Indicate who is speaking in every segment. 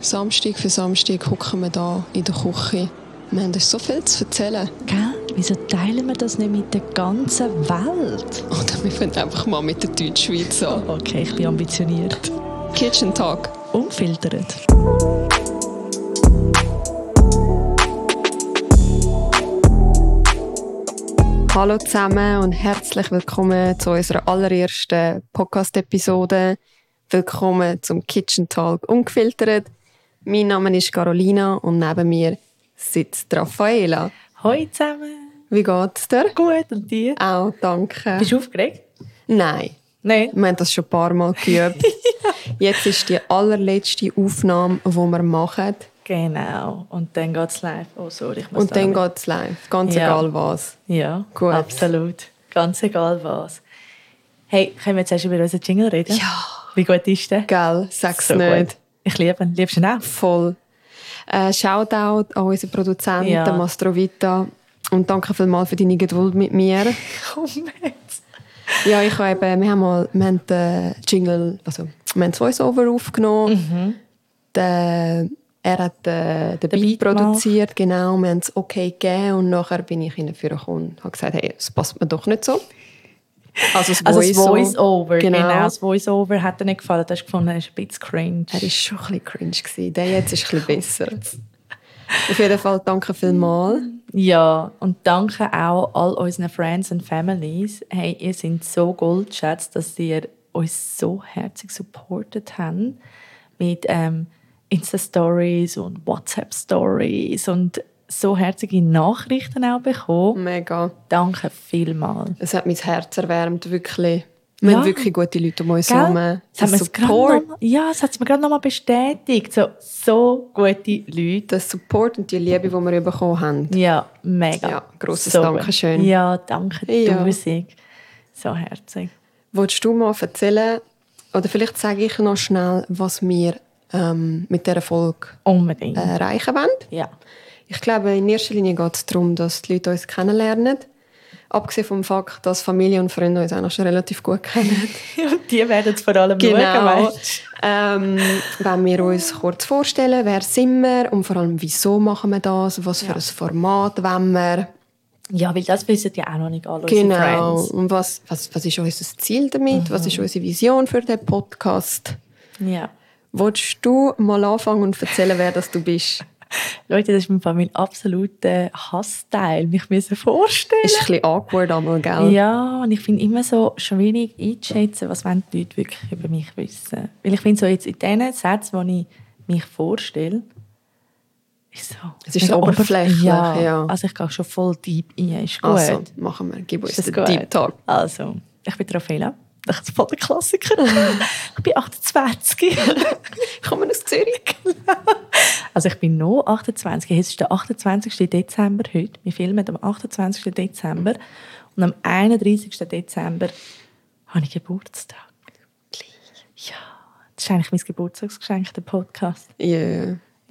Speaker 1: Samstag für Samstag hocken wir da in der Küche. Wir haben euch so viel zu erzählen.
Speaker 2: Gell? Wieso teilen wir das nicht mit der ganzen Welt?
Speaker 1: Oder wir fangen einfach mal mit der Deutschschweiz an.
Speaker 2: Okay, ich bin ambitioniert.
Speaker 1: Kitchen Talk.
Speaker 2: Unfiltert.
Speaker 1: Hallo zusammen und herzlich willkommen zu unserer allerersten Podcast-Episode. Willkommen zum Kitchen Talk Ungefiltert. Mein Name ist Carolina und neben mir sitzt Raffaela.
Speaker 2: Hoi zusammen.
Speaker 1: Wie geht's dir?
Speaker 2: Gut, und dir?
Speaker 1: Auch, danke.
Speaker 2: Bist du aufgeregt?
Speaker 1: Nein,
Speaker 2: Nein.
Speaker 1: wir haben das schon ein paar Mal geübt. Jetzt ist die allerletzte Aufnahme, die wir machen.
Speaker 2: Genau. Und dann geht's live. Oh, sorry, ich muss
Speaker 1: Und dann
Speaker 2: da-
Speaker 1: geht's live, ganz
Speaker 2: Ja.
Speaker 1: egal was.
Speaker 2: Ja,
Speaker 1: Gut.
Speaker 2: absolut. Ganz egal was. Hey, können wir jetzt erst über unseren Jingle reden?
Speaker 1: Ja.
Speaker 2: Wie gut ist der?
Speaker 1: Gell, sag's
Speaker 2: So
Speaker 1: nicht.
Speaker 2: gut. Ich liebe ihn. Liebst du ihn auch?
Speaker 1: Voll. Äh, Shoutout an unseren Produzenten
Speaker 2: Ja.
Speaker 1: Mastrovita und danke vielmals für deine Geduld mit mir.
Speaker 2: Komm jetzt.
Speaker 1: Ja, ich habe eben, wir haben mal wir haben den Jingle, also wir haben das Voice-Over aufgenommen.
Speaker 2: Mhm.
Speaker 1: Der, er hat äh, den Beat,
Speaker 2: Beat
Speaker 1: produziert, genau, wir haben es okay gegeben und nachher bin ich hinten gekommen und habe gesagt, hey, es passt mir doch nicht so. Also das
Speaker 2: Also das
Speaker 1: Voice-O-
Speaker 2: Voice-Over. Genau.
Speaker 1: Genau.
Speaker 2: das Voice-Over hat dir nicht gefallen. Du hast gefunden, er ist ein bisschen cringe.
Speaker 1: Er war schon ein bisschen cringe. Gewesen. Der jetzt ist ein bisschen besser. Auf jeden Fall danke vielmals.
Speaker 2: Ja, und danke auch all unseren Friends und Families. Hey, ihr seid so goldschätz, dass ihr uns so herzlich supportet habt mit ähm, Insta-Stories und WhatsApp-Stories und so herzige Nachrichten auch bekommen.
Speaker 1: Mega.
Speaker 2: Danke vielmals.
Speaker 1: Es hat mein Herz erwärmt, wirklich. Wir
Speaker 2: Ja.
Speaker 1: haben wirklich gute Leute um uns
Speaker 2: Gell?
Speaker 1: herum.
Speaker 2: Das hat
Speaker 1: Der
Speaker 2: mir's grad noch mal- ja, das hat es mir gerade nochmal bestätigt. So, so gute Leute.
Speaker 1: der Support und die Liebe, die wir bekommen haben.
Speaker 2: Ja, mega.
Speaker 1: Ja, grosses
Speaker 2: Super.
Speaker 1: Dankeschön.
Speaker 2: Ja, danke
Speaker 1: Ja.
Speaker 2: tausend. So herzig.
Speaker 1: Wolltest du mal erzählen, oder vielleicht sage ich noch schnell, was wir ähm, mit dieser Folge
Speaker 2: Unbedingt.
Speaker 1: äh, erreichen wollen?
Speaker 2: Ja.
Speaker 1: Ich glaube, in erster Linie geht es darum, dass die Leute uns kennenlernen. Abgesehen vom Fakt, dass Familie und Freunde uns eigentlich schon relativ gut kennen.
Speaker 2: Und die werden es vor allem schauen,
Speaker 1: Genau.
Speaker 2: weißt
Speaker 1: Ähm, wenn wir uns kurz vorstellen, wer sind wir und vor allem, wieso machen wir das, was für ein Format wollen wir.
Speaker 2: du? Ja, weil das wissen ja auch noch nicht alle
Speaker 1: Genau.
Speaker 2: unsere Friends. Mhm.
Speaker 1: Und was, was, was ist unser Ziel damit? Was ist unsere Vision für den Podcast?
Speaker 2: Ja.
Speaker 1: Wolltest du mal anfangen und erzählen, wer das du bist?
Speaker 2: Leute, das ist mein, mein absoluter Hassteil, mich müssen vorstellen.
Speaker 1: Ist ein bisschen awkward einmal, gell?
Speaker 2: Ja, und ich finde immer so schwierig einzuschätzen, was wollen die Leute wirklich über mich wissen. Weil ich finde so jetzt in diesen Sätzen, wo ich mich vorstelle, ist so...
Speaker 1: Es ist so
Speaker 2: mega oberf-
Speaker 1: oberflächlich,
Speaker 2: ja.
Speaker 1: ja.
Speaker 2: Also ich gehe schon voll deep rein, ist gut.
Speaker 1: Also, machen wir. Gib uns
Speaker 2: Ist das
Speaker 1: den
Speaker 2: gut?
Speaker 1: Deep Talk.
Speaker 2: Also, ich bin Raffaella. Das ist voll der Klassiker. ich bin 28.
Speaker 1: Ich komme aus Zürich.
Speaker 2: also ich bin noch 28. Es ist der 28. Dezember heute. Wir filmen am 28. Dezember. Und am 31. Dezember habe ich Geburtstag. Ja, das ist eigentlich mein Geburtstagsgeschenk, der Podcast.
Speaker 1: Ja.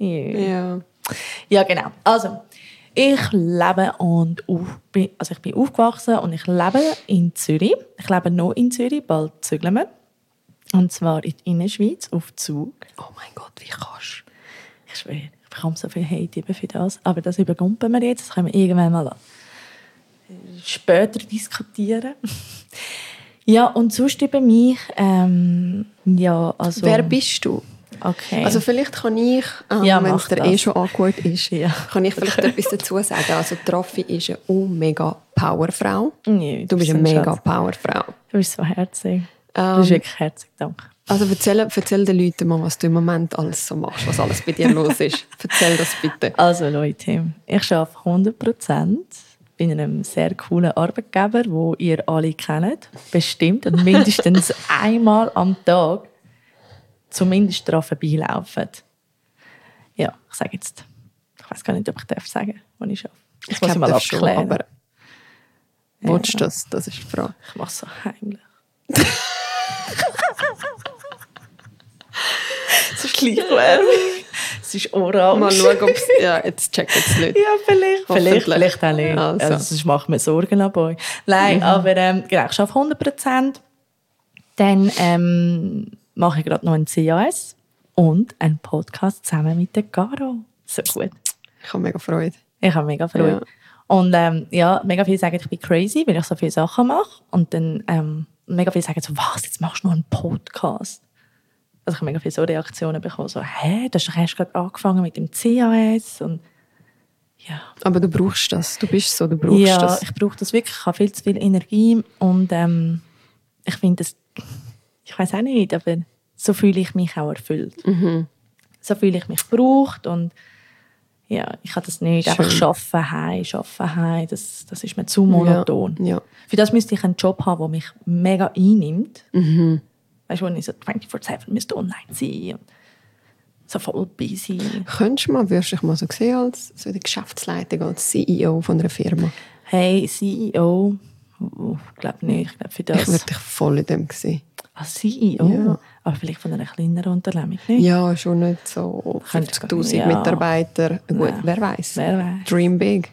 Speaker 2: Yeah.
Speaker 1: Ja.
Speaker 2: Ja, genau. Also, ich lebe und auf, bin, also ich bin aufgewachsen und ich lebe in Zürich. Ich lebe noch in Zürich, bald zügeln wir. Und zwar in der Innerschweiz, auf Zug.
Speaker 1: Oh mein Gott, wie kannst du?
Speaker 2: Ich schwöre, ich bekomme so viel Hate eben für das. Aber das übergumpen wir jetzt. Das können wir irgendwann mal später diskutieren. ja, und sonst über mich, ähm, ja, also...
Speaker 1: Wer bist du?
Speaker 2: Okay.
Speaker 1: Also vielleicht kann ich, ähm,
Speaker 2: Ja,
Speaker 1: wenn
Speaker 2: mach
Speaker 1: es dir
Speaker 2: das.
Speaker 1: eh schon awkward ist,
Speaker 2: Ja.
Speaker 1: kann ich vielleicht etwas dazu sagen. Also die Raffi ist eine oh, mega Powerfrau.
Speaker 2: Ja,
Speaker 1: Du bist
Speaker 2: so
Speaker 1: eine
Speaker 2: ein
Speaker 1: mega
Speaker 2: Schatz.
Speaker 1: Powerfrau.
Speaker 2: Du bist so herzig. du
Speaker 1: Ähm,
Speaker 2: bist wirklich herzig, danke.
Speaker 1: Also erzähl, erzähl den Leuten mal, was du im Moment alles so machst, was alles bei dir los ist. Erzähl das bitte.
Speaker 2: Also Leute, ich arbeite 100% bei einem sehr coolen Arbeitgeber, wo ihr alle kennt, bestimmt und mindestens einmal am Tag zumindest daran vorbeilaufen. Ja, ich sage jetzt, ich weiß gar nicht, ob ich darf sagen, wo ich arbeite. Das muss
Speaker 1: glaub,
Speaker 2: mal
Speaker 1: darfst du,
Speaker 2: abklären.
Speaker 1: aber willst du das? Das ist die Frage.
Speaker 2: Ich mache es so heimlich. so Schleichwerbung. Es ist orange.
Speaker 1: Mal schauen, ob es... Ja, jetzt checkt es nicht.
Speaker 2: Ja, vielleicht.
Speaker 1: Hoffentlich.
Speaker 2: Vielleicht, vielleicht auch nicht.
Speaker 1: Also.
Speaker 2: Also. sonst macht mir Sorgen ab euch. Nein, aber ähm, genau, ich arbeite 100 Prozent. Dann ähm, mache ich gerade noch ein CAS und einen Podcast zusammen mit der Caro. So gut.
Speaker 1: Ich habe mega Freude.
Speaker 2: Ich habe mega Freude.
Speaker 1: Ja.
Speaker 2: Und ähm, ja, mega viele sagen, ich bin crazy, weil ich so viele Sachen mache. Und dann ähm, mega viele sagen so, was, jetzt machst du noch einen Podcast? Also ich habe mega viele so Reaktionen bekommen, so, hä, du hast doch erst gerade angefangen mit dem CAS und ja.
Speaker 1: Aber du brauchst das. Du bist so, du brauchst
Speaker 2: ja,
Speaker 1: das.
Speaker 2: ich brauche das wirklich. Ich habe viel zu viel Energie und ähm, ich finde das, ich weiß auch nicht, aber so fühle ich mich auch erfüllt.
Speaker 1: Mhm.
Speaker 2: So fühle ich mich gebraucht und ja, ich kann das nicht.
Speaker 1: Schön.
Speaker 2: Einfach arbeiten, heim, arbeiten, heim, das, das ist mir zu monoton.
Speaker 1: Ja.
Speaker 2: Für das müsste ich einen Job haben, der mich mega einnimmt.
Speaker 1: Mhm.
Speaker 2: Weißt du, wo ich so 24-7 müsste online sein und so voll busy.
Speaker 1: Könntest du mal, wirst du dich mal so sehen als so in der Geschäftsleitung, als CEO von einer Firma?
Speaker 2: Hey, CEO, oh, ich glaube nicht, ich glaube für das.
Speaker 1: Ich würde dich voll in dem sehen.
Speaker 2: Als CEO?
Speaker 1: Ja.
Speaker 2: Aber vielleicht von einer kleineren Unternehmung nicht?
Speaker 1: Ja, schon nicht so
Speaker 2: Könntest du-
Speaker 1: 50'000
Speaker 2: ja.
Speaker 1: Mitarbeiter. Gut,
Speaker 2: Nein.
Speaker 1: wer weiß?
Speaker 2: Wer weiß.
Speaker 1: Dream big.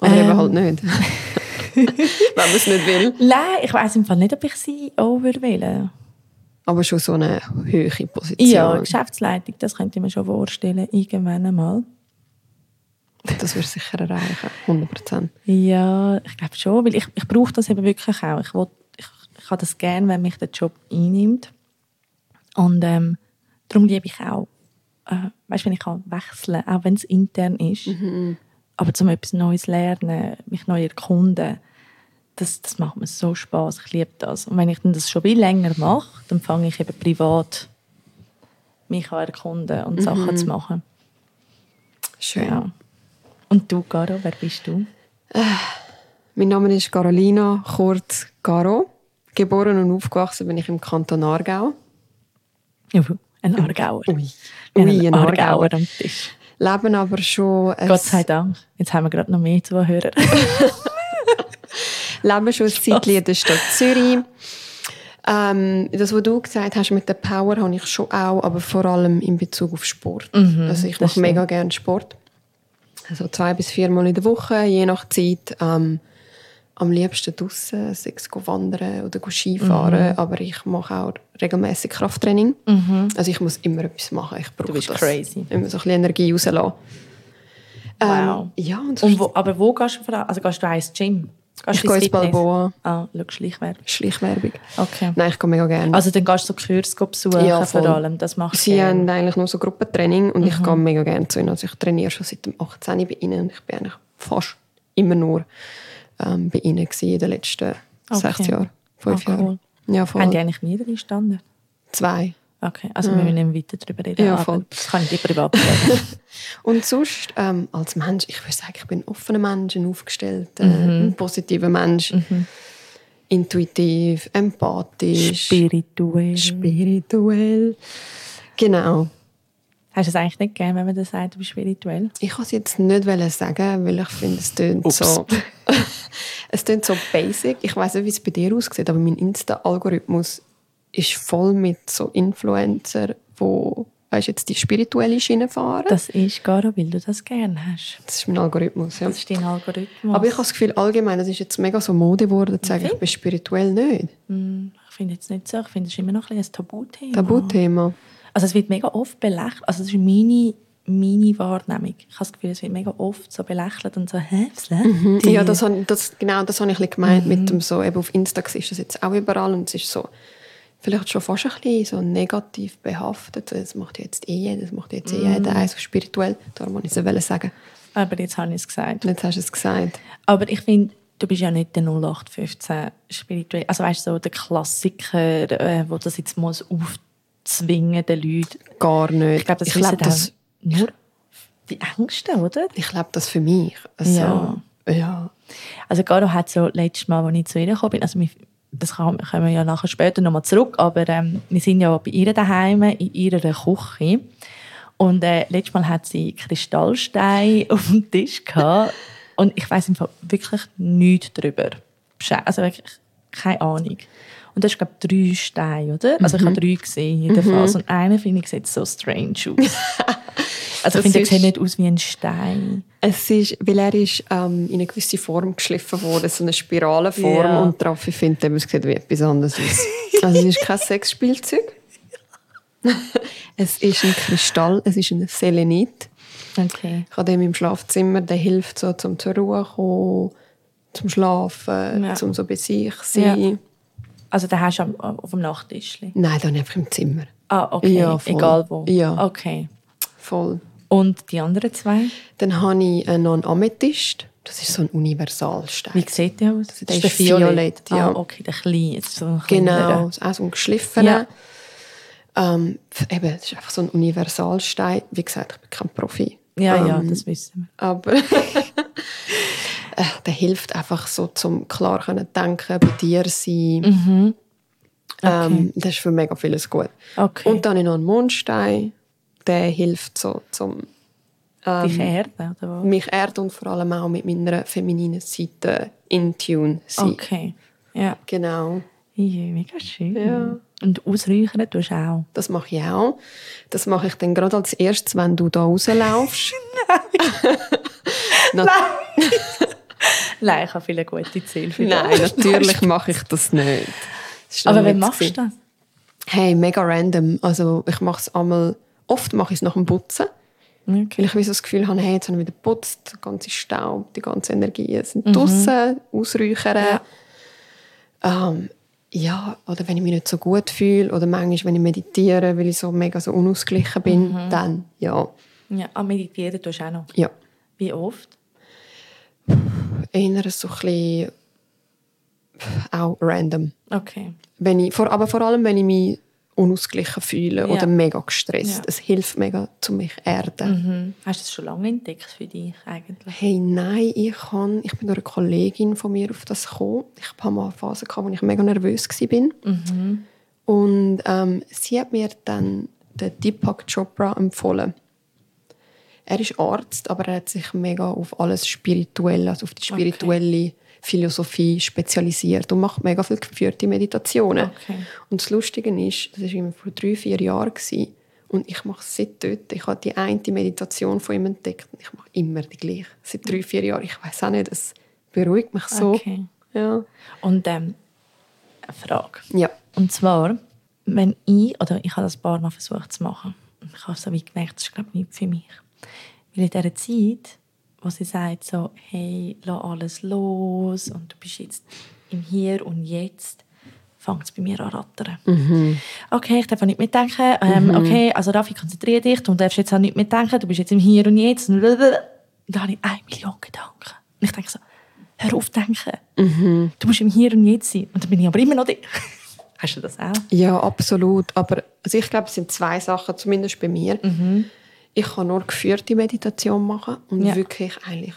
Speaker 1: Oder
Speaker 2: Ähm.
Speaker 1: eben halt nicht. Wenn man es nicht will.
Speaker 2: Nein, ich weiß im Fall nicht, ob ich CEO würde wählen.
Speaker 1: Aber schon so eine höhere Position.
Speaker 2: Ja, Geschäftsleitung, das könnte ich mir schon vorstellen, irgendwann einmal.
Speaker 1: Das wirst du sicher erreichen, 100%.
Speaker 2: Ja, ich glaube schon, weil ich, ich brauche das eben wirklich auch. Ich, will, ich, ich habe das gerne, wenn mich der Job einnimmt. Und ähm, darum liebe ich auch, äh, weißt, wenn ich kann wechseln auch wenn es intern ist. Aber zum etwas Neues lernen, mich neu erkunden, das, das macht mir so Spaß. Ich liebe das. Und wenn ich dann das schon viel länger mache, dann fange ich eben privat mich an erkunden und Sachen zu machen.
Speaker 1: Schön.
Speaker 2: Ja. Und du, Caro, wer bist du?
Speaker 1: Mein Name ist Carolina Kurz Garo. Geboren und aufgewachsen bin ich im Kanton Aargau.
Speaker 2: Juhu, Ein Aargauer.
Speaker 1: Ui, Ui
Speaker 2: Wir haben
Speaker 1: ein
Speaker 2: einen Aargauer
Speaker 1: Aargauer.
Speaker 2: am Tisch.
Speaker 1: Leben aber schon ein,
Speaker 2: Gott sei Dank. Jetzt haben wir gerade noch mehr Zuhörer.
Speaker 1: leben schon ein Zeitchen in der Stadt Zürich. Ähm, das, was du gesagt hast mit der Power, habe ich schon auch, aber vor allem in Bezug auf Sport. also ich
Speaker 2: Mhm, das
Speaker 1: mache mega gerne Sport. Also zwei bis viermal in der Woche, je nach Zeit. Ähm, am liebsten draußen, sei es go wandern oder go Skifahren,
Speaker 2: Mhm.
Speaker 1: aber ich mache auch regelmäßig Krafttraining. Also ich muss immer etwas machen, ich brauche
Speaker 2: bist
Speaker 1: das.
Speaker 2: crazy.
Speaker 1: Immer so ein bisschen Energie rauslassen.
Speaker 2: Wow.
Speaker 1: Ähm, ja, und, sonst-
Speaker 2: Und wo, aber wo gehst du vor allem? Also gehst du auch ins Gym? Gehst
Speaker 1: Ich gehe ins
Speaker 2: Fitness?
Speaker 1: Balboa.
Speaker 2: Ah, schau, Schleichwerbung.
Speaker 1: Schleichwerbung.
Speaker 2: Okay.
Speaker 1: Nein, ich gehe mega gerne.
Speaker 2: Also dann gehst du so Kurs besuchen
Speaker 1: Ja,
Speaker 2: vor
Speaker 1: voll.
Speaker 2: allem. Das Mhm. machst du
Speaker 1: Sie
Speaker 2: gerne.
Speaker 1: haben eigentlich nur so Gruppentraining und ich gehe mega gerne zu ihnen. Also ich trainiere schon seit dem 18 bei ihnen und ich bin eigentlich fast immer nur ähm, bei ihnen gewesen in den letzten
Speaker 2: Okay.
Speaker 1: sechs Jahren, fünf
Speaker 2: Ah, cool.
Speaker 1: Jahren. Ja,
Speaker 2: Haben die
Speaker 1: voll.
Speaker 2: eigentlich mehrere Standard?
Speaker 1: Zwei.
Speaker 2: Okay, also wir müssen nicht weiter darüber reden.
Speaker 1: Ja,
Speaker 2: aber
Speaker 1: voll.
Speaker 2: Das kann ich dir privat sagen.
Speaker 1: Und sonst, ähm, als Mensch, ich würde sagen, ich bin ein offener Mensch, ein aufgestellter,
Speaker 2: Mhm.
Speaker 1: ein positiver Mensch. Intuitiv, empathisch,
Speaker 2: Spirituell.
Speaker 1: spirituell. Genau.
Speaker 2: Hast du es eigentlich nicht gern, wenn man das sagt, du bist spirituell?
Speaker 1: Ich kann es jetzt nicht wollen sagen, weil ich finde, es tönt
Speaker 2: Ups.
Speaker 1: so. es tönt so basic. Ich weiß nicht, wie es bei dir aussieht, aber mein Insta-Algorithmus ist voll mit so Influencer, wo weißt du, jetzt die spirituelle Schiene fahren. Das,
Speaker 2: Das ist, Caro, weil du das gerne hast.
Speaker 1: ist mein Algorithmus, ja.
Speaker 2: Das ist dein Algorithmus.
Speaker 1: Aber ich habe das Gefühl, allgemein, es ist jetzt mega so Mode geworden, zu sagen, ich bin spirituell nicht.
Speaker 2: Hm, Ich finde jetzt nicht so. Ich finde, es ist immer noch ein, bisschen ein Tabuthema.
Speaker 1: Tabuthema.
Speaker 2: Also es wird mega oft belächelt. Also das ist meine, meine Wahrnehmung. Ich habe das Gefühl, es wird mega oft so belächelt und so, hä, was mhm.
Speaker 1: Ja, das, han- das, genau das habe ich ein bisschen gemeint mit dem so, eben auf Insta ist das jetzt auch überall und es ist so, vielleicht schon fast ein bisschen so negativ behaftet, so, das macht ja jetzt eh jeder, das macht ja jetzt eh jeder, also spirituell, darum wollte ich es wollen sagen.
Speaker 2: Aber jetzt habe ich es gesagt.
Speaker 1: Und Jetzt hast du es gesagt.
Speaker 2: Aber ich finde, du bist ja nicht der 0815 spirituell. Also weißt du, so der Klassiker, äh, wo das jetzt muss aufzwingen den Leuten.
Speaker 1: Gar nicht.
Speaker 2: Ich glaube, das
Speaker 1: ich lebe
Speaker 2: wissen
Speaker 1: das,
Speaker 2: auch nur die Ängste, oder?
Speaker 1: ich lebe das für mich. Also,
Speaker 2: Ja.
Speaker 1: ja. ja.
Speaker 2: Also Garo hat so letztes Mal, als ich zu ihr gekommen bin, also wir- das kann- kommen wir ja nachher später nochmal zurück, aber ähm, wir sind ja bei ihr daheim in ihrer Küche und äh, letztes Mal hat sie Kristallsteine auf dem Tisch gehabt und ich weiß wirklich nichts darüber. Besche- Also wirklich keine Ahnung. Und das ist, glaube ich, drei Steine, oder? Also
Speaker 1: Mhm.
Speaker 2: ich habe drei gesehen jedenfalls und einen finde ich sieht so strange aus.
Speaker 1: Das
Speaker 2: also ich finde, der
Speaker 1: ist-
Speaker 2: sieht nicht aus wie ein Stein.
Speaker 1: Es ist, weil er ist ähm, in eine gewisse Form geschliffen worden, so eine Spiralenform
Speaker 2: Ja.
Speaker 1: und darauf ich finde, eben, es sieht wie etwas anderes aus. Also es ist kein Sexspielzeug. Es ist ein Kristall, es ist ein Selenit.
Speaker 2: Okay.
Speaker 1: Ich habe den im Schlafzimmer, der hilft so zum zur Ruhe kommen, zum Schlafen,
Speaker 2: Ja.
Speaker 1: zum so bei sich sein.
Speaker 2: Ja. Also den hast du am, auf dem Nachttisch.
Speaker 1: Nein, dann einfach im Zimmer.
Speaker 2: Ah, okay.
Speaker 1: Ja, voll.
Speaker 2: Egal wo.
Speaker 1: Ja.
Speaker 2: Okay.
Speaker 1: Voll.
Speaker 2: Und die anderen zwei?
Speaker 1: Dann habe ich äh, einen Non-Amethyst. Das ist so ein Universalstein.
Speaker 2: Wie sieht der aus?
Speaker 1: ist violett, ja.
Speaker 2: Ah, okay, der kleine. jetzt So ein
Speaker 1: Genau,
Speaker 2: kleinerer.
Speaker 1: ist auch so ein geschliffener. Ähm, f- eben, das ist einfach so ein Universalstein. Wie gesagt, ich bin kein Profi.
Speaker 2: Ja, ja,
Speaker 1: Ähm,
Speaker 2: das wissen
Speaker 1: Aber äh, der hilft einfach so, zum klar können denken, bei dir sein.
Speaker 2: wir. Mhm. Okay.
Speaker 1: Ähm, das ist für mega vieles gut.
Speaker 2: okay.
Speaker 1: Und dann habe ich noch einen Mondstein. Der hilft so, zum ähm,
Speaker 2: Dich erden, oder was?
Speaker 1: mich erden und vor allem auch mit meiner femininen Seite in Tune sein.
Speaker 2: Okay. Ja.
Speaker 1: Genau.
Speaker 2: ja. Mega schön.
Speaker 1: Ja.
Speaker 2: Und ausräuchern tust du auch.
Speaker 1: Das mache ich auch. Das mache ich dann gerade als erstes, wenn du da rauslaufst.
Speaker 2: Nein, ich habe viele gute Ziele für
Speaker 1: Nein, natürlich mache ich das nicht. Das ist
Speaker 2: Aber
Speaker 1: noch
Speaker 2: wenn
Speaker 1: nicht
Speaker 2: machst du
Speaker 1: gewesen.
Speaker 2: das?
Speaker 1: Hey, mega random. Also ich mache es einmal, oft mache ich es nach dem Putzen, weil
Speaker 2: Okay.
Speaker 1: ich wie so das Gefühl habe, hey, jetzt habe ich wieder geputzt, der ganze Staub, die ganze Energie sind
Speaker 2: Mhm.
Speaker 1: draussen, ausräuchern. Ja. Ähm, ja, oder wenn ich mich nicht so gut fühle oder manchmal, wenn ich meditiere, weil ich so mega so unausgeglichen bin,
Speaker 2: Mhm.
Speaker 1: dann ja.
Speaker 2: Ja, ah, meditieren tust du auch noch.
Speaker 1: ja.
Speaker 2: Wie oft?
Speaker 1: eher so ein bisschen pff, auch random.
Speaker 2: Okay.
Speaker 1: Wenn ich, vor, aber vor allem, wenn ich mich unausgeglichen fühle
Speaker 2: Ja.
Speaker 1: oder mega gestresst.
Speaker 2: Ja.
Speaker 1: Es hilft mega, um mich zu erden.
Speaker 2: Mhm. Hast du das schon lange entdeckt für dich eigentlich?
Speaker 1: Hey, nein, ich, kann, ich bin durch eine Kollegin von mir auf das gekommen. Ich hatte mal eine Phase, gehabt, wo ich mega nervös war.
Speaker 2: Mhm.
Speaker 1: Und ähm, sie hat mir dann den Deepak Chopra empfohlen. Er ist Arzt, aber er hat sich mega auf alles Spirituelle, also auf die spirituelle Philosophie spezialisiert und macht mega viel geführte Meditationen.
Speaker 2: Okay.
Speaker 1: Und das Lustige ist, das war immer vor drei, vier Jahren gewesen, und ich mache es seit dort. Ich habe die eine Meditation von ihm entdeckt und ich mache immer die gleiche. Seit drei, vier Jahren. Ich weiß auch nicht, es beruhigt mich so.
Speaker 2: Okay.
Speaker 1: Ja.
Speaker 2: Und ähm, eine Frage.
Speaker 1: ja.
Speaker 2: Und zwar, wenn ich, oder ich habe das ein paar Mal versucht zu machen, und ich habe so wie gemerkt, das ist glaube ich nicht für mich. Weil in dieser Zeit, wo sie sagt so, hey, lass alles los und du bist jetzt im Hier und Jetzt, fängt es bei mir an rattern. Okay, ich darf auch nicht mitdenken. Ähm, Okay, also Raffi, konzentriere dich, du darfst jetzt auch nicht mitdenken, du bist jetzt im Hier und Jetzt. Und da habe ich eine Million Gedanken. Und ich denke so, hör auf zu denken. Du musst im Hier und Jetzt sein. Und dann bin ich aber immer noch da. Hast du das auch?
Speaker 1: Ja, absolut. Aber also ich glaube, es sind zwei Sachen, zumindest bei mir. Ich kann nur geführte Meditation machen und
Speaker 2: Mhm. Ja.
Speaker 1: wirklich eigentlich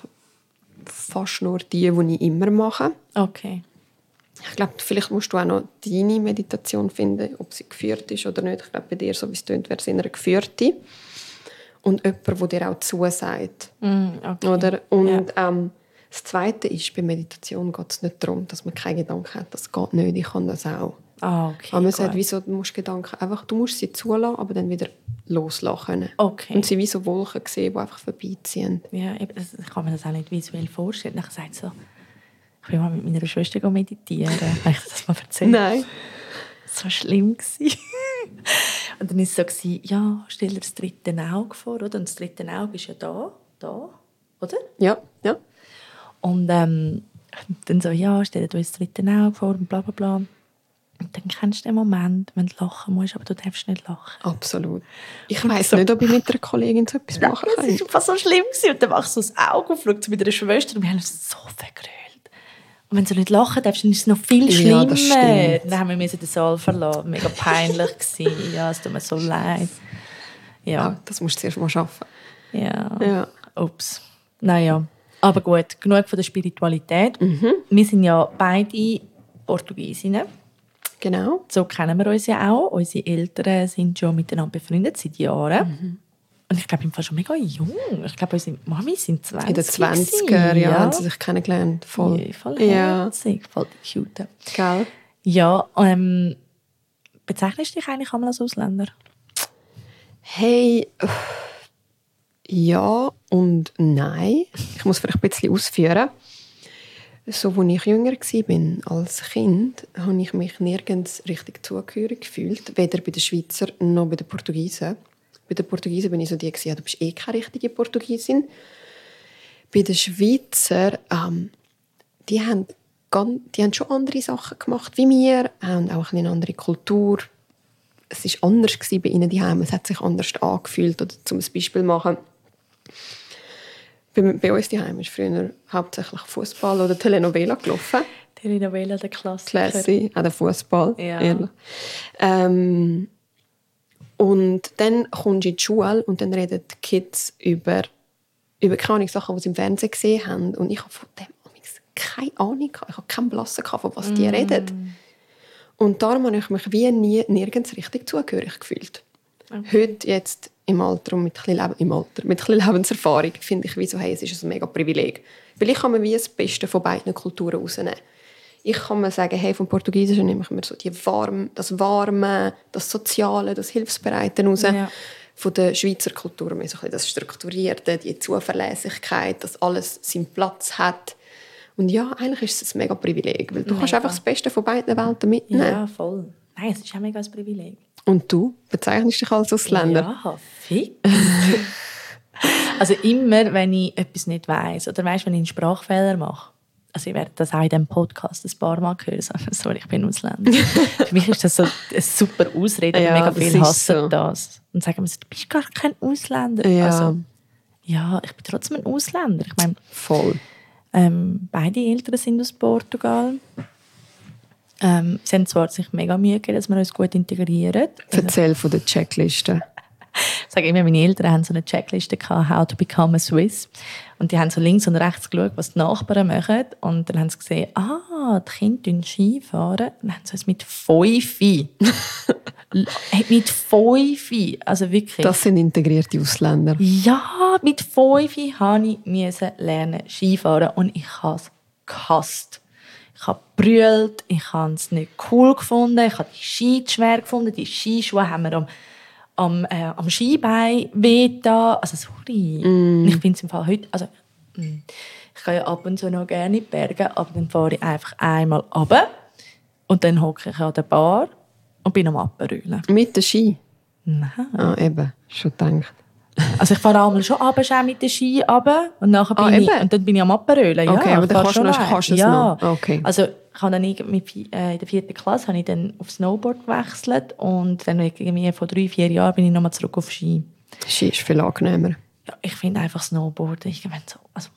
Speaker 1: fast nur die, die ich immer mache.
Speaker 2: Okay.
Speaker 1: Ich glaube, vielleicht musst du auch noch deine Meditation finden, ob sie geführt ist oder nicht. Ich glaube, bei dir, so wie es tönt, wäre es eher eine geführte. Und jemand, der dir auch zusagt.
Speaker 2: Mm, okay.
Speaker 1: Oder? Und ähm, das Zweite ist, bei Meditation geht es nicht darum, dass man keine Gedanken hat. Das geht nicht. Ich kann das auch.
Speaker 2: Ah, okay.
Speaker 1: Aber man
Speaker 2: gut.
Speaker 1: sagt, wieso, du musst Gedanken einfach, du musst sie zulassen, aber dann wieder loslassen können.
Speaker 2: Okay.
Speaker 1: Und sie wie so Wolken sehen, die einfach vorbeiziehen.
Speaker 2: Ja, eben, das ich kann mir das auch nicht visuell vorstellen. Dann sagt so, ich bin mal mit meiner Schwester go meditieren. Habe ich das mal erzählt?
Speaker 1: Nein.
Speaker 2: so schlimm gsi. und dann ist so gsi, ja, stell dir das dritte Auge vor, oder? Und das dritte Auge ist ja da, da, oder?
Speaker 1: Ja, ja.
Speaker 2: Und ähm, dann so, ja, stell dir das dritte Auge vor und bla bla bla. Und dann kennst du den Moment, wenn du lachen musst, aber du darfst nicht lachen.
Speaker 1: Absolut. Ich weiss nicht, ob ich mit einer Kollegin so etwas machen
Speaker 2: Das
Speaker 1: kann.
Speaker 2: ist fast so schlimm gsi. Und dann machst du so das Auge auf, schaust zu meiner Schwester und wir haben uns so vergrölt. Und wenn du nicht lachen darfst, dann ist es noch viel schlimmer.
Speaker 1: Ja, das stimmt.
Speaker 2: dann haben wir müssen den Saal verlassen. Mega peinlich gsi. Ja, es tut mir so leid. Ja.
Speaker 1: Ah, das musst du zuerst mal schaffen.
Speaker 2: Ja.
Speaker 1: Ja.
Speaker 2: Ups. Naja. Aber gut, genug von der Spiritualität.
Speaker 1: Mhm.
Speaker 2: Wir sind ja beide Portugiesinnen.
Speaker 1: Genau.
Speaker 2: So kennen wir uns ja auch. Unsere Eltern sind schon miteinander befreundet seit Jahren.
Speaker 1: Mhm.
Speaker 2: Und ich glaube, im Fall schon mega jung. Ich glaube, unsere Mami sind 20.
Speaker 1: In den 20er
Speaker 2: gewesen,
Speaker 1: Jahren haben sie sich kennengelernt. Voll.
Speaker 2: Ja, voll
Speaker 1: ja.
Speaker 2: herzig, voll die Cute.
Speaker 1: Gell?
Speaker 2: Ja, ähm, bezeichnest du dich eigentlich einmal als Ausländer?
Speaker 1: Hey, ja und nein. Ich muss vielleicht ein bisschen ausführen. So, als ich jünger war, als Kind, habe ich mich nirgends richtig zugehörig gefühlt. Weder bei den Schweizer noch bei den Portugiesen. Bei den Portugiesen bin ich so die, gewesen, ja, du bist eh keine richtige Portugiesin. Bei den Schweizer, ähm, die, haben ganz, die haben schon andere Sachen gemacht wie wir, haben auch ein bisschen eine andere Kultur. Es war anders gewesen bei ihnen daheim. Es hat sich anders angefühlt. Oder zum Beispiel machen, bei, bei uns daheim ist früher hauptsächlich Fußball oder Telenovela gelaufen.
Speaker 2: Telenovela, der Klassiker.
Speaker 1: Classy, auch der Fußball.
Speaker 2: Ja.
Speaker 1: Ehrlich. Ähm, und dann kommst du in die Schule und dann reden die Kids über, über keine Ahnung, Sachen, die sie im Fernsehen gesehen haben. Und ich habe von dem amigs keine Ahnung. gehabt. Ich habe keinen Blassen, gehabt, von was die reden. Und darum habe ich mich wie nie nirgends richtig zugehörig gefühlt. Heute, jetzt im Alter und mit ein bisschen, Leben, im Alter, mit ein bisschen Lebenserfahrung, finde ich, wie so, hey, es ist ein mega Privileg. Weil ich kann mir wie das Beste von beiden Kulturen rausnehmen. Ich kann mir sagen, hey, vom Portugiesischen nehme ich mir so die warm, das Warme, das Soziale, das Hilfsbereite raus.
Speaker 2: Ja.
Speaker 1: Von der Schweizer Kultur mehr so ein bisschen das Strukturierte, die Zuverlässigkeit, dass alles seinen Platz hat. Und ja, eigentlich ist es ein mega Privileg, weil du kannst
Speaker 2: Mega.
Speaker 1: einfach das Beste von beiden Welten mitnehmen.
Speaker 2: Ja, voll. Nein, es ist auch mega ein Privileg.
Speaker 1: Und du bezeichnest dich als Ausländer.
Speaker 2: Ja, fix. also immer, wenn ich etwas nicht weiß oder weißt, wenn ich einen Sprachfehler mache. Also ich werde das auch in diesem Podcast ein paar Mal hören. so, Sorry, ich bin Ausländer. Für mich ist das so eine super Ausrede. aber
Speaker 1: Ja,
Speaker 2: mega
Speaker 1: das
Speaker 2: viel
Speaker 1: ist
Speaker 2: hassen
Speaker 1: so.
Speaker 2: das. Und sagen mir so, du bist gar kein Ausländer.
Speaker 1: Ja.
Speaker 2: Also, ja, ich bin trotzdem ein Ausländer. Ich meine,
Speaker 1: Voll.
Speaker 2: ähm, beide Eltern sind aus Portugal. Ähm, sie haben zwar sich mega Mühe gegeben, dass wir uns gut integrieren.
Speaker 1: Erzähl von der Checkliste.
Speaker 2: Ich sage immer, meine Eltern haben so eine Checkliste gehabt, «How to become a Swiss». Und die haben so links und rechts geschaut, was die Nachbarn machen. Und dann haben sie gesehen, ah, die Kinder fahren Ski. fahren. Dann haben sie uns mit fünf. Hey, mit fünf. Also wirklich.
Speaker 1: Das sind integrierte Ausländer.
Speaker 2: Ja, mit fünf habe ich müssen lernen Skifahren und ich habe es gehasst. Ich habe brüllt, ich habe es nicht cool gefunden, ich habe die Ski schwer gefunden, die Skischuhe haben mir am, am, äh, am Skibein wehgetan. Also sorry, ich finde es im Fall heute, also mm. ich gehe ja ab und zu noch gerne in die Berge, aber dann fahre ich einfach einmal runter und dann hocke ich an der Bar und bin am Abrühlen.
Speaker 1: Mit der Ski.
Speaker 2: Nein.
Speaker 1: Ah, eben. Schon gedacht.
Speaker 2: Also ich fahre einmal schon runter, schon mit den Ski runter und, nachher bin
Speaker 1: Ah,
Speaker 2: ich,
Speaker 1: eben.
Speaker 2: und dann bin ich am Aperölen. Ja,
Speaker 1: Okay, aber
Speaker 2: ich
Speaker 1: dann
Speaker 2: fahr
Speaker 1: kannst du
Speaker 2: schon
Speaker 1: noch-
Speaker 2: rein.
Speaker 1: kannst du es
Speaker 2: ja.
Speaker 1: noch. Okay.
Speaker 2: Also ich habe dann irgendwie mit vi- äh, in der vierten Klasse habe ich dann auf Snowboard gewechselt und dann irgendwie vor drei, vier Jahren bin ich nochmal zurück auf Ski.
Speaker 1: Ski ist viel angenehmer.
Speaker 2: Ja, ich finde einfach Snowboarden, ich meine so, also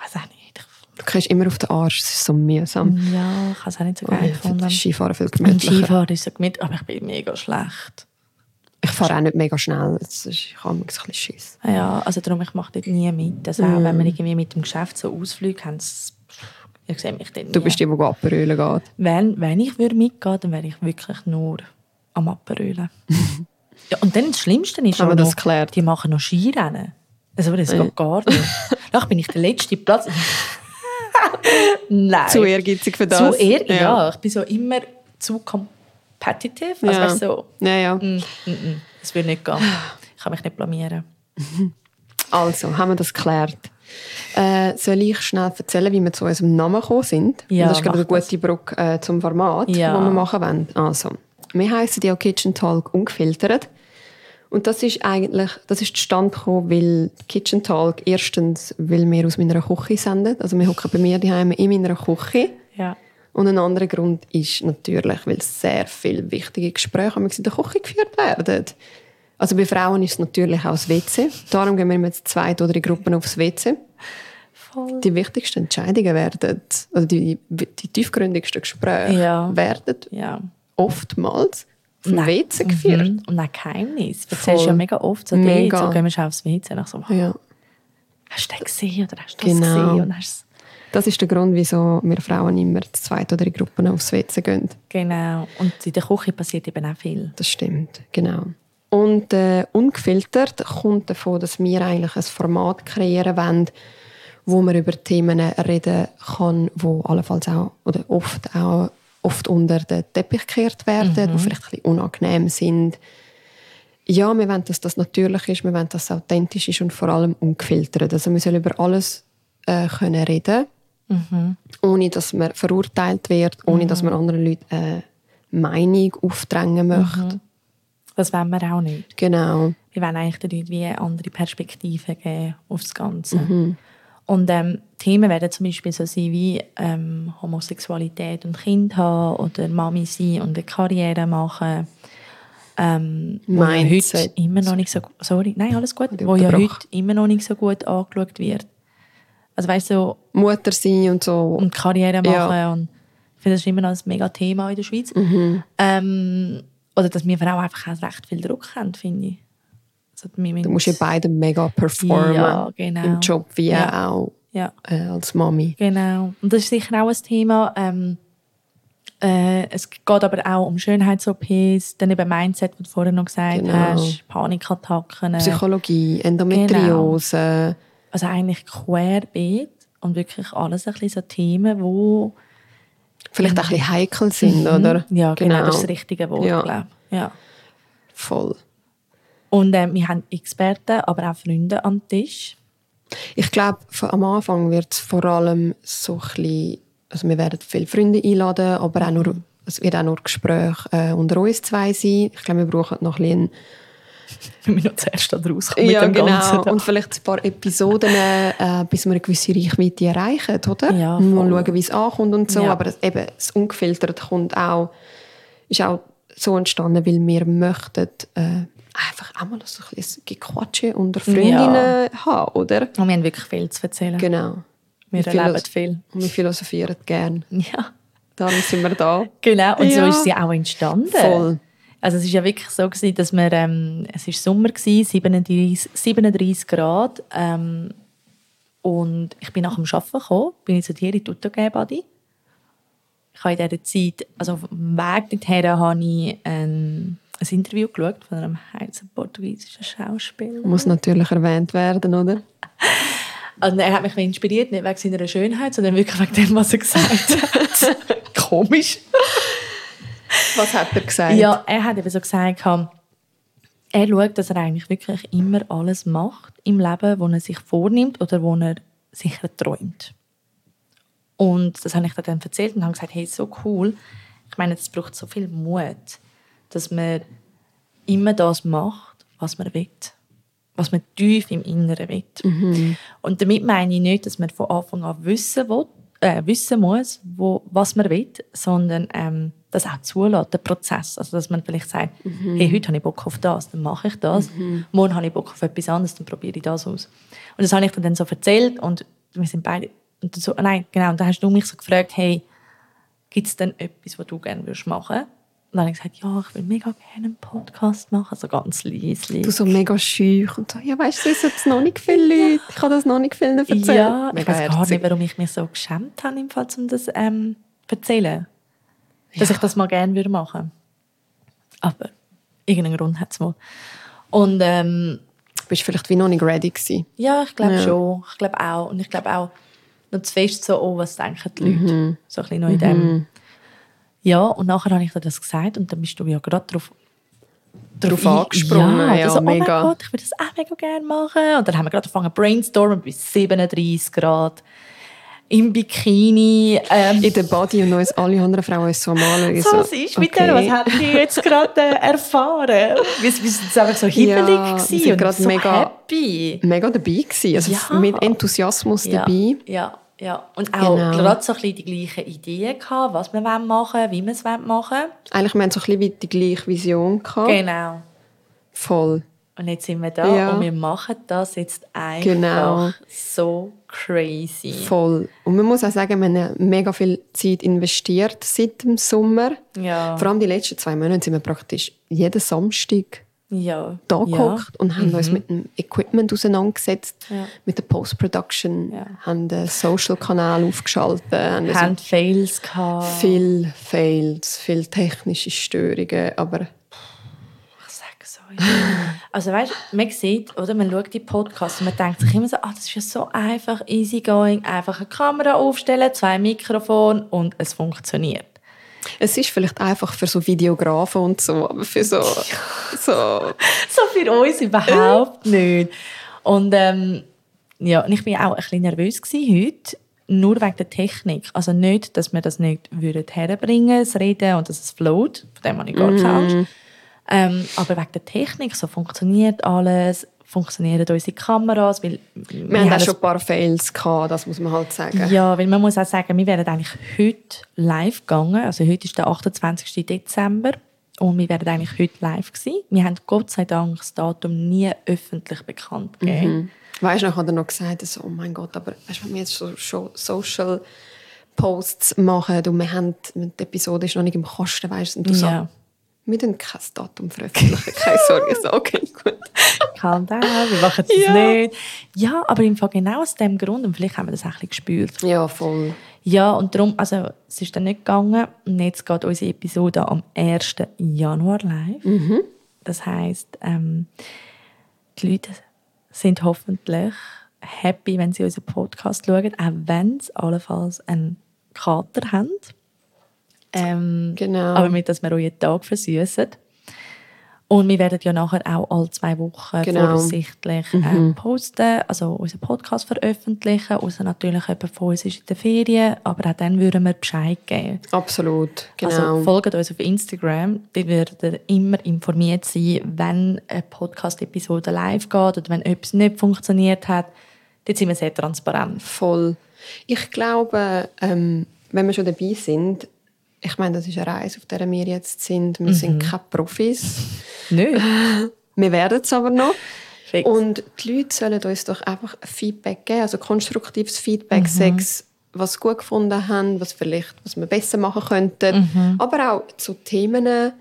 Speaker 2: weiß auch nicht. Ich-
Speaker 1: Du gehst immer auf den Arsch. Es ist so mühsam.
Speaker 2: Ja, ich habe es auch nicht so
Speaker 1: Oh,
Speaker 2: geil
Speaker 1: ich finde
Speaker 2: gefunden.
Speaker 1: das Skifahren viel
Speaker 2: Und
Speaker 1: gemütlicher.
Speaker 2: Skifahren ist so gemütlich, aber ich bin mega schlecht.
Speaker 1: Ich fahre auch nicht mega schnell. Es ist, ich habe manchmal ein bisschen Schiss.
Speaker 2: Ja, also darum, ich mache dort nie mit. Also auch
Speaker 1: Mm.
Speaker 2: wenn wir irgendwie mit dem Geschäft so Ausflüge haben, s- ich sehe mich dort
Speaker 1: Du
Speaker 2: nie.
Speaker 1: bist die, die abbrüllen geht.
Speaker 2: wenn, wenn ich würde mitgehen dann wäre ich wirklich nur am Aperölen. ja, und dann das Schlimmste ist
Speaker 1: Haben
Speaker 2: auch
Speaker 1: wir das
Speaker 2: noch,
Speaker 1: geklärt?
Speaker 2: die machen noch Skirennen. Also aber das geht gar nicht. Danach bin ich der letzte Platz. Nein.
Speaker 1: Zu ehrgeizig für das.
Speaker 2: Zu ehrgeizig, ja.
Speaker 1: Ja.
Speaker 2: Ich bin so immer zu competitive. Also
Speaker 1: Ja.
Speaker 2: weißt du, so,
Speaker 1: Ja, ja.
Speaker 2: mm, mm, mm, das würde nicht gehen. Ich kann mich nicht blamieren.
Speaker 1: Also, haben wir das geklärt. Äh, soll ich schnell erzählen, wie wir zu unserem Namen gekommen sind?
Speaker 2: Ja,
Speaker 1: Weil das ist gerade eine
Speaker 2: mach das.
Speaker 1: gute Brücke äh, zum Format,
Speaker 2: Ja.
Speaker 1: das wir machen wollen. Also, wir heißen ja Kitchen Talk ungefiltert. Und das ist eigentlich, das ist zustande gekommen, weil Kitchen Talk erstens, weil wir aus meiner Küche senden. Also wir hocken bei mir daheim in meiner Küche.
Speaker 2: Ja.
Speaker 1: Und ein anderer Grund ist natürlich, weil sehr viele wichtige Gespräche am Morgen in der Küche geführt werden. Also bei Frauen ist es natürlich auch das WC. Darum gehen wir immer zu zweit oder in Gruppen aufs WC.
Speaker 2: Voll.
Speaker 1: Die wichtigsten Entscheidungen werden, also die, die tiefgründigsten Gespräche
Speaker 2: Ja.
Speaker 1: werden
Speaker 2: Ja.
Speaker 1: oftmals vom WC geführt.
Speaker 2: Mhm. Und ein Geheimnis. Du erzählst
Speaker 1: Voll.
Speaker 2: ja mega oft so, hey,
Speaker 1: Mega.
Speaker 2: so gehen wir schon aufs WC. Und ich so, wow,
Speaker 1: Ja.
Speaker 2: hast du den gesehen oder hast du das
Speaker 1: Genau.
Speaker 2: gesehen? Und hast
Speaker 1: Das ist der Grund, wieso wir Frauen immer zu zweit oder in Gruppen aufs WC gehen.
Speaker 2: genau. Und in der Küche passiert eben auch viel.
Speaker 1: Das stimmt, genau. Und äh, ungefiltert kommt davon, dass wir eigentlich ein Format kreieren wollen, wo man über Themen reden kann, wo allenfalls auch oder oft auch oft unter den Teppich gekehrt werden, die vielleicht ein bisschen unangenehm sind. Ja, wir wollen, dass das natürlich ist, wir wollen, dass es authentisch ist und vor allem ungefiltert. Also wir sollen über alles äh, können reden ohne dass man verurteilt wird, ohne dass man anderen Leuten eine Meinung aufdrängen möchte.
Speaker 2: Das wollen wir auch nicht.
Speaker 1: Genau.
Speaker 2: Wir wollen eigentlich den Leuten wie eine andere Perspektive geben auf das Ganze.
Speaker 1: Mhm.
Speaker 2: Und ähm, Themen werden zum Beispiel so sein wie ähm, Homosexualität und Kind haben oder Mami sein und eine Karriere machen. Ähm, wo ja
Speaker 1: Mindset.
Speaker 2: heute immer noch nicht so gu- sorry, nein, alles gut,
Speaker 1: Hat
Speaker 2: wo ja
Speaker 1: unterbrochen.
Speaker 2: heute immer noch nicht so gut angeschaut wird. Also weißt du, so,
Speaker 1: Mutter sein und so.
Speaker 2: und Karriere machen.
Speaker 1: Ja.
Speaker 2: Und ich finde, das ist immer noch ein mega Thema in der Schweiz.
Speaker 1: Mhm.
Speaker 2: Ähm, oder dass wir Frauen einfach auch recht viel Druck haben, finde ich. Also, wir
Speaker 1: du musst in beiden mega performen.
Speaker 2: Ja, genau.
Speaker 1: Im Job wie
Speaker 2: Ja.
Speaker 1: auch
Speaker 2: Ja,
Speaker 1: äh, als Mami.
Speaker 2: genau. Und das ist sicher auch ein Thema. Ähm, äh, es geht aber auch um Schönheits-OPs, dann eben Mindset, was du vorher noch gesagt
Speaker 1: Genau.
Speaker 2: hast, Panikattacken. äh,
Speaker 1: Psychologie, Endometriose.
Speaker 2: Also eigentlich querbeet und wirklich alles ein bisschen so Themen, wo...
Speaker 1: Vielleicht auch ein bisschen heikel sind, oder?
Speaker 2: Ja, genau, das ist das richtige Wort,
Speaker 1: Ja.
Speaker 2: glaube ich. Ja.
Speaker 1: Voll.
Speaker 2: Und ähm, wir haben Experten, aber auch Freunde am Tisch.
Speaker 1: Ich glaube, von- am Anfang wird es vor allem so ein bisschen, also wir werden viele Freunde einladen, aber auch nur, es wird auch nur Gespräche äh, unter uns zwei sein. Ich glaube, wir brauchen noch ein bisschen
Speaker 2: Wenn wir noch zuerst da rauskommen
Speaker 1: ja,
Speaker 2: mit dem Ganzen.
Speaker 1: genau.
Speaker 2: da.
Speaker 1: Und vielleicht ein paar Episoden, äh, bis wir eine gewisse Reichweite erreichen, oder?
Speaker 2: Ja, voll.
Speaker 1: Mal schauen, wie es ankommt und so.
Speaker 2: Ja.
Speaker 1: Aber das, eben, das ungefiltert kommt auch, ist auch so entstanden, weil wir möchten äh, einfach auch mal so ein bisschen Gequatsche unter Freundinnen haben, oder?
Speaker 2: Und wir haben wirklich viel zu erzählen.
Speaker 1: Genau.
Speaker 2: Wir
Speaker 1: philo-
Speaker 2: erleben viel.
Speaker 1: Und wir philosophieren gerne.
Speaker 2: Ja,
Speaker 1: Darum sind wir da.
Speaker 2: genau. Und so
Speaker 1: Ja.
Speaker 2: ist sie auch entstanden.
Speaker 1: Voll.
Speaker 2: Also es ist ja wirklich so, gewesen, dass wir, ähm, es war Sommer, gewesen, 37, 37 Grad. Ähm, und ich bin nach dem Arbeiten gekommen, bin ich zu dir in die Autogehbadi. Ich habe in dieser Zeit, also auf dem Weg dorthin, habe ich ein, ein Interview geschaut von einem heißen portugiesischen Schauspieler.
Speaker 1: Muss natürlich erwähnt werden, oder?
Speaker 2: Und Also, er hat mich inspiriert, nicht wegen seiner Schönheit, sondern wirklich wegen dem, was er gesagt hat. Komisch.
Speaker 1: Was hat er gesagt?
Speaker 2: Ja, er hat eben so gesagt, ähm, er schaut, dass er eigentlich wirklich immer alles macht im Leben, wo er sich vornimmt oder wo er sicher träumt. Und das habe ich dann erzählt und habe gesagt, hey, so cool. Ich meine, es braucht so viel Mut, dass man immer das macht, was man will. Was man tief im Inneren will. Und damit meine ich nicht, dass man von Anfang an wissen, will, äh, wissen muss, wo, was man will, sondern ähm, das auch zulässt, den Prozess. Also, dass man vielleicht sagt, hey, heute habe ich Bock auf das, dann mache ich das. Morgen habe ich Bock auf etwas anderes, dann probiere ich das aus. Und das habe ich dann so erzählt und wir sind beide... Und so, nein, genau, und dann hast du mich so gefragt, hey, gibt es denn etwas, was du gerne würdest machen? Und dann habe ich gesagt, ja, ich will mega gerne einen Podcast machen, so ganz leise.
Speaker 1: Du so mega schüch und so, ja weißt du, es sind jetzt noch nicht viele Leute, ich kann das noch nicht vielen erzählen.
Speaker 2: Ja, ich
Speaker 1: mega
Speaker 2: weiß gar
Speaker 1: herzig.
Speaker 2: nicht, warum ich mich so geschämt habe, im Fall, um das ähm, zu erzählen. Dass ich das mal gerne würde machen Aber irgendeinen Grund hat es wohl. Und ähm,
Speaker 1: Du bist vielleicht wie noch nicht ready gewesen.
Speaker 2: ja, ich glaube
Speaker 1: Ja.
Speaker 2: schon. Ich glaube auch. Und ich glaube auch noch zu fest so, oh, was denken die Leute?
Speaker 1: Mhm.
Speaker 2: So ein bisschen noch in dem. Ja, und nachher habe ich dir das gesagt und dann bist du ja gerade drauf
Speaker 1: Darauf
Speaker 2: ein-
Speaker 1: angesprungen, ja,
Speaker 2: also, oh
Speaker 1: mega.
Speaker 2: mein Gott, ich würde das auch mega gerne machen. Und dann haben wir gerade angefangen brainstormen bis 37 Grad. Im Bikini. Ähm,
Speaker 1: In der Body und uns alle anderen Frauen uns so malen.
Speaker 2: so, was ist mit dem? Was habt ihr jetzt gerade äh, erfahren? Wir wir sind jetzt einfach so hibbelig
Speaker 1: wir sind
Speaker 2: gewesen und
Speaker 1: gerade
Speaker 2: so
Speaker 1: mega-
Speaker 2: happy.
Speaker 1: Mega dabei gewesen, also
Speaker 2: Ja.
Speaker 1: mit Enthusiasmus
Speaker 2: ja,
Speaker 1: dabei.
Speaker 2: Ja, ja. Und auch
Speaker 1: Genau.
Speaker 2: gerade so ein bisschen die gleichen Ideen gehabt, was wir machen wollen, wie wir es machen
Speaker 1: Eigentlich, wir hatten so ein bisschen wie die gleiche Vision. Gehabt.
Speaker 2: wollen. Genau.
Speaker 1: Voll.
Speaker 2: Und jetzt sind wir da
Speaker 1: Ja.
Speaker 2: und wir machen das jetzt einfach
Speaker 1: Genau.
Speaker 2: so crazy.
Speaker 1: Voll. Und man muss auch sagen, wir haben mega viel Zeit investiert seit dem Sommer.
Speaker 2: Ja.
Speaker 1: Vor allem die letzten zwei Monate sind wir praktisch jeden Samstag
Speaker 2: ja.
Speaker 1: da
Speaker 2: ja. Mhm.
Speaker 1: gehockt und haben uns mit dem Equipment auseinandergesetzt,
Speaker 2: Ja.
Speaker 1: mit der Post-Production,
Speaker 2: Ja.
Speaker 1: haben den Social-Kanal aufgeschaltet, haben,
Speaker 2: Haben
Speaker 1: haben
Speaker 2: Fails gehabt.
Speaker 1: viel Fails, viele technische Störungen, aber
Speaker 2: Ich sag's euch. Also weißt, man sieht, oder, man schaut die Podcasts und man denkt sich immer so, ah, das ist ja so einfach, easygoing, einfach eine Kamera aufstellen, zwei Mikrofone und es funktioniert.
Speaker 1: es ist vielleicht einfach für so Videografen und so, aber für so, so
Speaker 2: so für uns überhaupt nicht. Und ähm, ja, und ich bin auch ein bisschen nervös gewesen heute. nur wegen der Technik. Also nicht, dass wir das nicht würden herbringen, das Reden und dass es float, von dem habe ich gar
Speaker 1: Mhm.
Speaker 2: keine Angst. Ähm, aber wegen der Technik, so funktioniert alles, funktionieren unsere Kameras, weil
Speaker 1: Wir, haben auch schon ein paar Fails gehabt, das muss man halt sagen.
Speaker 2: ja, weil man muss auch sagen, wir wären eigentlich heute live gegangen. Also heute ist der 28. Dezember und wir wären eigentlich heute live gewesen. Wir haben Gott sei Dank das Datum nie öffentlich bekannt gegeben.
Speaker 1: Weißt du, ich habe noch gesagt, so, oh mein Gott, aber weißt, du, wenn wir jetzt so, so Social Posts machen und wir haben, die Episode ist noch nicht im Kasten, weißt du, und du
Speaker 2: Ja.
Speaker 1: so, wir dürfen kein Datum veröffentlichen, keine Sorge, so, okay, gut.
Speaker 2: Calm down, wir machen das
Speaker 1: Ja.
Speaker 2: nicht. Ja, aber im Fall genau aus dem Grund, und vielleicht haben wir das auch ein bisschen gespürt.
Speaker 1: Ja, voll.
Speaker 2: Ja, und darum, also es ist dann nicht gegangen. Und jetzt geht unsere Episode am 1. Januar live. Das heisst, ähm, die Leute sind hoffentlich happy, wenn sie unseren Podcast schauen, auch wenn sie allenfalls einen Kater haben. Ähm,
Speaker 1: Genau.
Speaker 2: Aber mit, dass wir euren Tag versüßen. Und wir werden ja nachher auch alle zwei Wochen
Speaker 1: Genau. Mhm.
Speaker 2: voraussichtlich ähm, posten, also unseren Podcast veröffentlichen, außer natürlich jemand von uns ist in der Ferien, aber auch dann würden wir Bescheid geben.
Speaker 1: Absolut, genau.
Speaker 2: Also folgt uns auf Instagram, die werdet ihr immer informiert sein, wenn eine Podcast-Episode live geht oder wenn etwas nicht funktioniert hat. Dort sind wir sehr transparent.
Speaker 1: Voll. Ich glaube, ähm, wenn wir schon dabei sind, ich meine, das ist eine Reise, auf der wir jetzt sind. Wir sind keine Profis.
Speaker 2: Nicht?
Speaker 1: Wir werden es aber noch.
Speaker 2: Fix.
Speaker 1: Und die Leute sollen uns doch einfach Feedback geben, also konstruktives
Speaker 2: Mhm.
Speaker 1: Feedback, sechs, was sie gut gefunden haben, was vielleicht, was wir besser machen könnten,
Speaker 2: Mhm.
Speaker 1: aber auch zu Themen,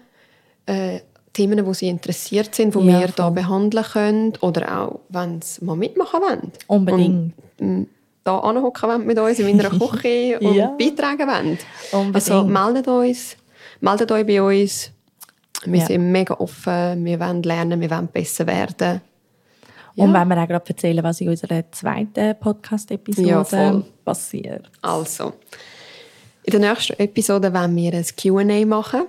Speaker 1: äh, Themen, wo sie interessiert sind, wo
Speaker 2: Ja,
Speaker 1: wir da behandeln können oder auch, wenn sie mal mitmachen wollen.
Speaker 2: Unbedingt.
Speaker 1: Und, mh, da anhocken wollen mit uns in meiner Küche und
Speaker 2: Ja.
Speaker 1: beitragen wollen.
Speaker 2: Unbedingt.
Speaker 1: Also meldet uns, meldet euch bei uns. Wir
Speaker 2: Ja.
Speaker 1: sind mega offen, wir wollen lernen, wir wollen besser werden.
Speaker 2: Und
Speaker 1: Ja.
Speaker 2: wenn wir auch gerade erzählen, was in unserer zweiten Podcast-Episode
Speaker 1: Ja, voll.
Speaker 2: passiert.
Speaker 1: Also, in der nächsten Episode werden wir ein Q&A machen.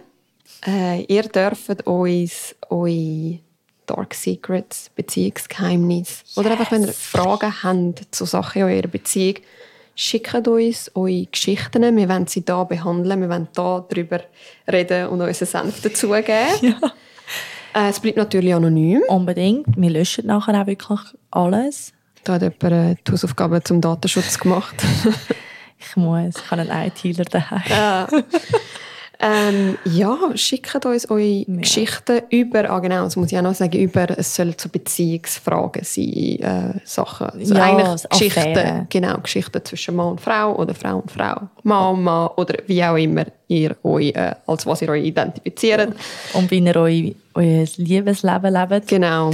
Speaker 1: Äh, ihr dürft uns eure Dark Secrets, Beziehungsgeheimnisse oder einfach, wenn ihr Fragen habt zu Sachen in eurer Beziehung, schickt uns eure Geschichten. Wir wollen sie hier behandeln, wir wollen hier darüber reden und unseren Senf dazugeben. Äh, es bleibt natürlich anonym.
Speaker 2: Unbedingt. Wir löschen nachher auch wirklich alles.
Speaker 1: Da hat jemand äh, die Hausaufgaben zum Datenschutz gemacht.
Speaker 2: Ich muss, ich habe einen IT-Healer daheim.
Speaker 1: Ja. ähm, ja, schickt uns eure Geschichten über, ah genau, das muss ich auch noch sagen, über, es sollen so Beziehungsfragen sein, äh, Sachen. Also
Speaker 2: Ja,
Speaker 1: eigentlich
Speaker 2: also Affären.
Speaker 1: Geschichten, genau, Geschichten zwischen Mann und Frau oder Frau und Frau, Mann und Mann oder wie auch immer ihr euch, äh, als was ihr euch identifiziert.
Speaker 2: Und wenn ihr eu, euer Liebesleben lebt,
Speaker 1: Genau.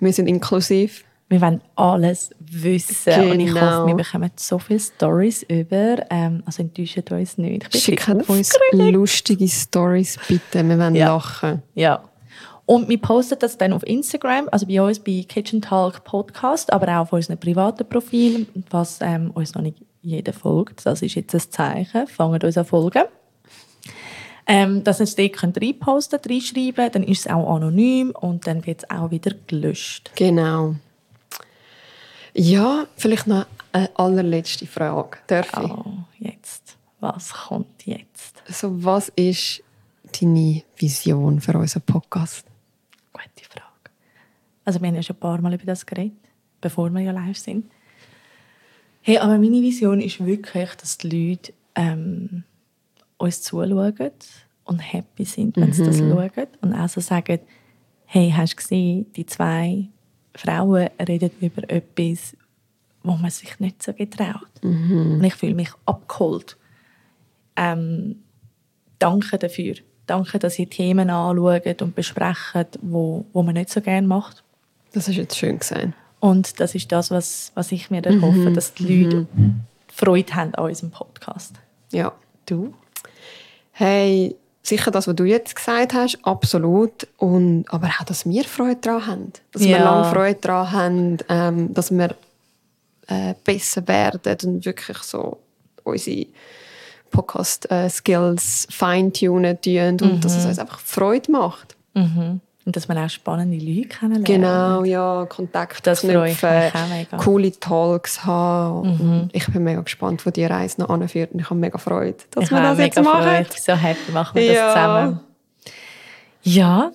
Speaker 1: Wir sind inklusiv.
Speaker 2: wir wollen alles wissen. Und ich
Speaker 1: Genau.
Speaker 2: hoffe, wir bekommen so viele Stories über. Ähm, also enttäuscht uns nicht. Ich bin
Speaker 1: Schickt
Speaker 2: ein bisschen
Speaker 1: uns lustige Stories bitte, wir wollen
Speaker 2: Ja.
Speaker 1: lachen.
Speaker 2: Ja. Und wir posten das dann auf Instagram, also bei uns bei Kitchen Talk Podcast, aber auch auf unserem privaten Profil, was ähm, uns noch nicht jeder folgt. Das ist jetzt ein Zeichen. Fangen uns an folgen. Ähm, dass ihr es dort könnt reinposten, reinschreiben, dann ist es auch anonym und dann wird es auch wieder gelöscht.
Speaker 1: Genau. Ja, vielleicht noch eine allerletzte Frage. Darf ich?
Speaker 2: Oh, jetzt. Was kommt jetzt?
Speaker 1: Also, was ist deine Vision für unseren Podcast?
Speaker 2: Gute Frage. Also wir haben ja schon ein paar Mal über das geredet, bevor wir ja live sind. Hey, aber meine Vision ist wirklich, dass die Leute ähm, uns zuschauen und happy sind, wenn sie das schauen. Und auch so sagen, hey, hast du gesehen, die zwei Frauen reden über etwas, wo man sich nicht so getraut. Und ich fühle mich abgeholt. Ähm, danke dafür. Danke, dass ihr Themen anschaut und besprecht, wo, wo man nicht so gerne macht.
Speaker 1: Das ist jetzt schön gesehen.
Speaker 2: Und das ist das, was, was ich mir dann hoffe,
Speaker 1: Mhm.
Speaker 2: dass die Leute Freude haben an unserem Podcast.
Speaker 1: Ja.
Speaker 2: Du?
Speaker 1: Hey, sicher das, was du jetzt gesagt hast, absolut. Und, aber auch, dass wir Freude daran haben. Dass wir
Speaker 2: Ja.
Speaker 1: lange Freude daran haben, ähm, dass wir äh, besser werden und wirklich so unsere äh, Mhm. Podcast-Skills feintunen tun und dass es uns einfach Freude macht.
Speaker 2: Mhm. Und dass man auch spannende Leute kennenlernt.
Speaker 1: Genau, ja, Kontakt
Speaker 2: Das freue ich mich auch mega. Mhm.
Speaker 1: coole Talks haben. Und Ich bin mega gespannt, wo die Reise noch anführt und ich habe mega Freude, dass wir
Speaker 2: habe
Speaker 1: das jetzt
Speaker 2: mega
Speaker 1: machen.
Speaker 2: Freude. Ich bin so happy, machen wir
Speaker 1: Ja.
Speaker 2: das zusammen. Ja,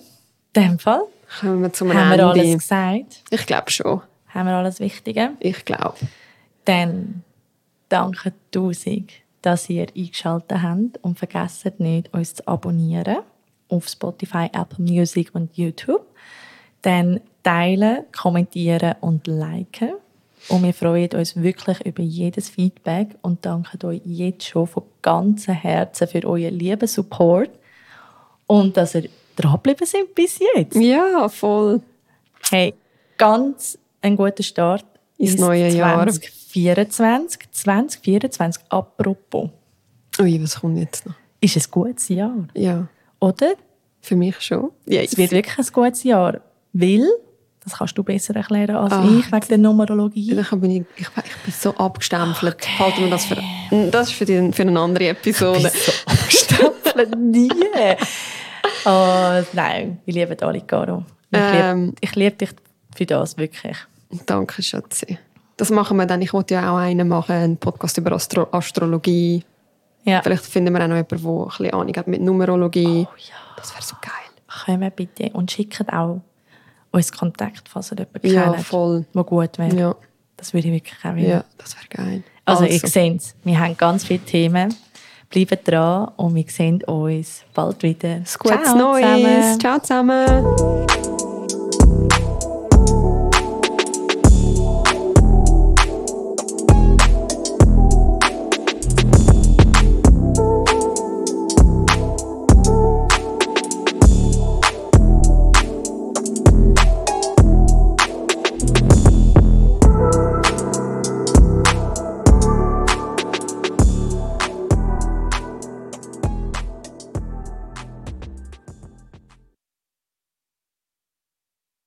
Speaker 2: in dem Fall
Speaker 1: Kommen wir zum
Speaker 2: haben
Speaker 1: Ende.
Speaker 2: wir alles gesagt.
Speaker 1: Ich glaube schon.
Speaker 2: Haben wir alles Wichtige.
Speaker 1: Ich glaube.
Speaker 2: Dann danke tausend, dass ihr eingeschaltet habt und vergesst nicht, uns zu abonnieren auf Spotify, Apple Music und YouTube. Dann teilen, kommentieren und liken. Und wir freuen uns wirklich über jedes Feedback und danken euch jetzt schon von ganzem Herzen für euren lieben Support und dass ihr dranbleiben sind bis jetzt.
Speaker 1: Ja, voll.
Speaker 2: Hey, ganz ein guter Start
Speaker 1: Ins neue Jahr.
Speaker 2: 2024. 2024, apropos,
Speaker 1: Ui, was kommt jetzt noch?
Speaker 2: ist ein gutes Jahr,
Speaker 1: Ja,
Speaker 2: oder?
Speaker 1: für mich schon. Yes.
Speaker 2: Es wird wirklich ein gutes Jahr, weil, das kannst du besser erklären als
Speaker 1: Ah,
Speaker 2: ich, wegen der Numerologie.
Speaker 1: Ich bin, ich, ich bin so abgestempelt. Halten wir das für... Das ist für, die, für eine andere Episode.
Speaker 2: Gestempelt nie. Oh, nein, wir lieben alle Caro. Ich,
Speaker 1: Ähm.
Speaker 2: lieb, ich liebe dich für das wirklich.
Speaker 1: Danke, Schatzi. Das machen wir dann. Ich wollte ja auch einen machen, einen Podcast über Astro Astrologie.
Speaker 2: Ja.
Speaker 1: Vielleicht finden wir auch noch jemanden, der ein bisschen Ahnung hat mit Numerologie.
Speaker 2: Oh,
Speaker 1: Das wäre so geil.
Speaker 2: Kommen bitte und schicken auch uns Kontakt, falls ihr jemanden
Speaker 1: Ja,
Speaker 2: kennt,
Speaker 1: voll.
Speaker 2: der gut wäre.
Speaker 1: Ja,
Speaker 2: Das würde ich wirklich auch
Speaker 1: ja,
Speaker 2: wollen.
Speaker 1: das wäre geil.
Speaker 2: Also, ihr seht es, wir haben ganz viele Themen. Bleibt dran und wir sehen uns bald wieder.
Speaker 1: ein gutes
Speaker 2: Ciao
Speaker 1: Neues.
Speaker 2: zusammen.
Speaker 1: Ciao zusammen.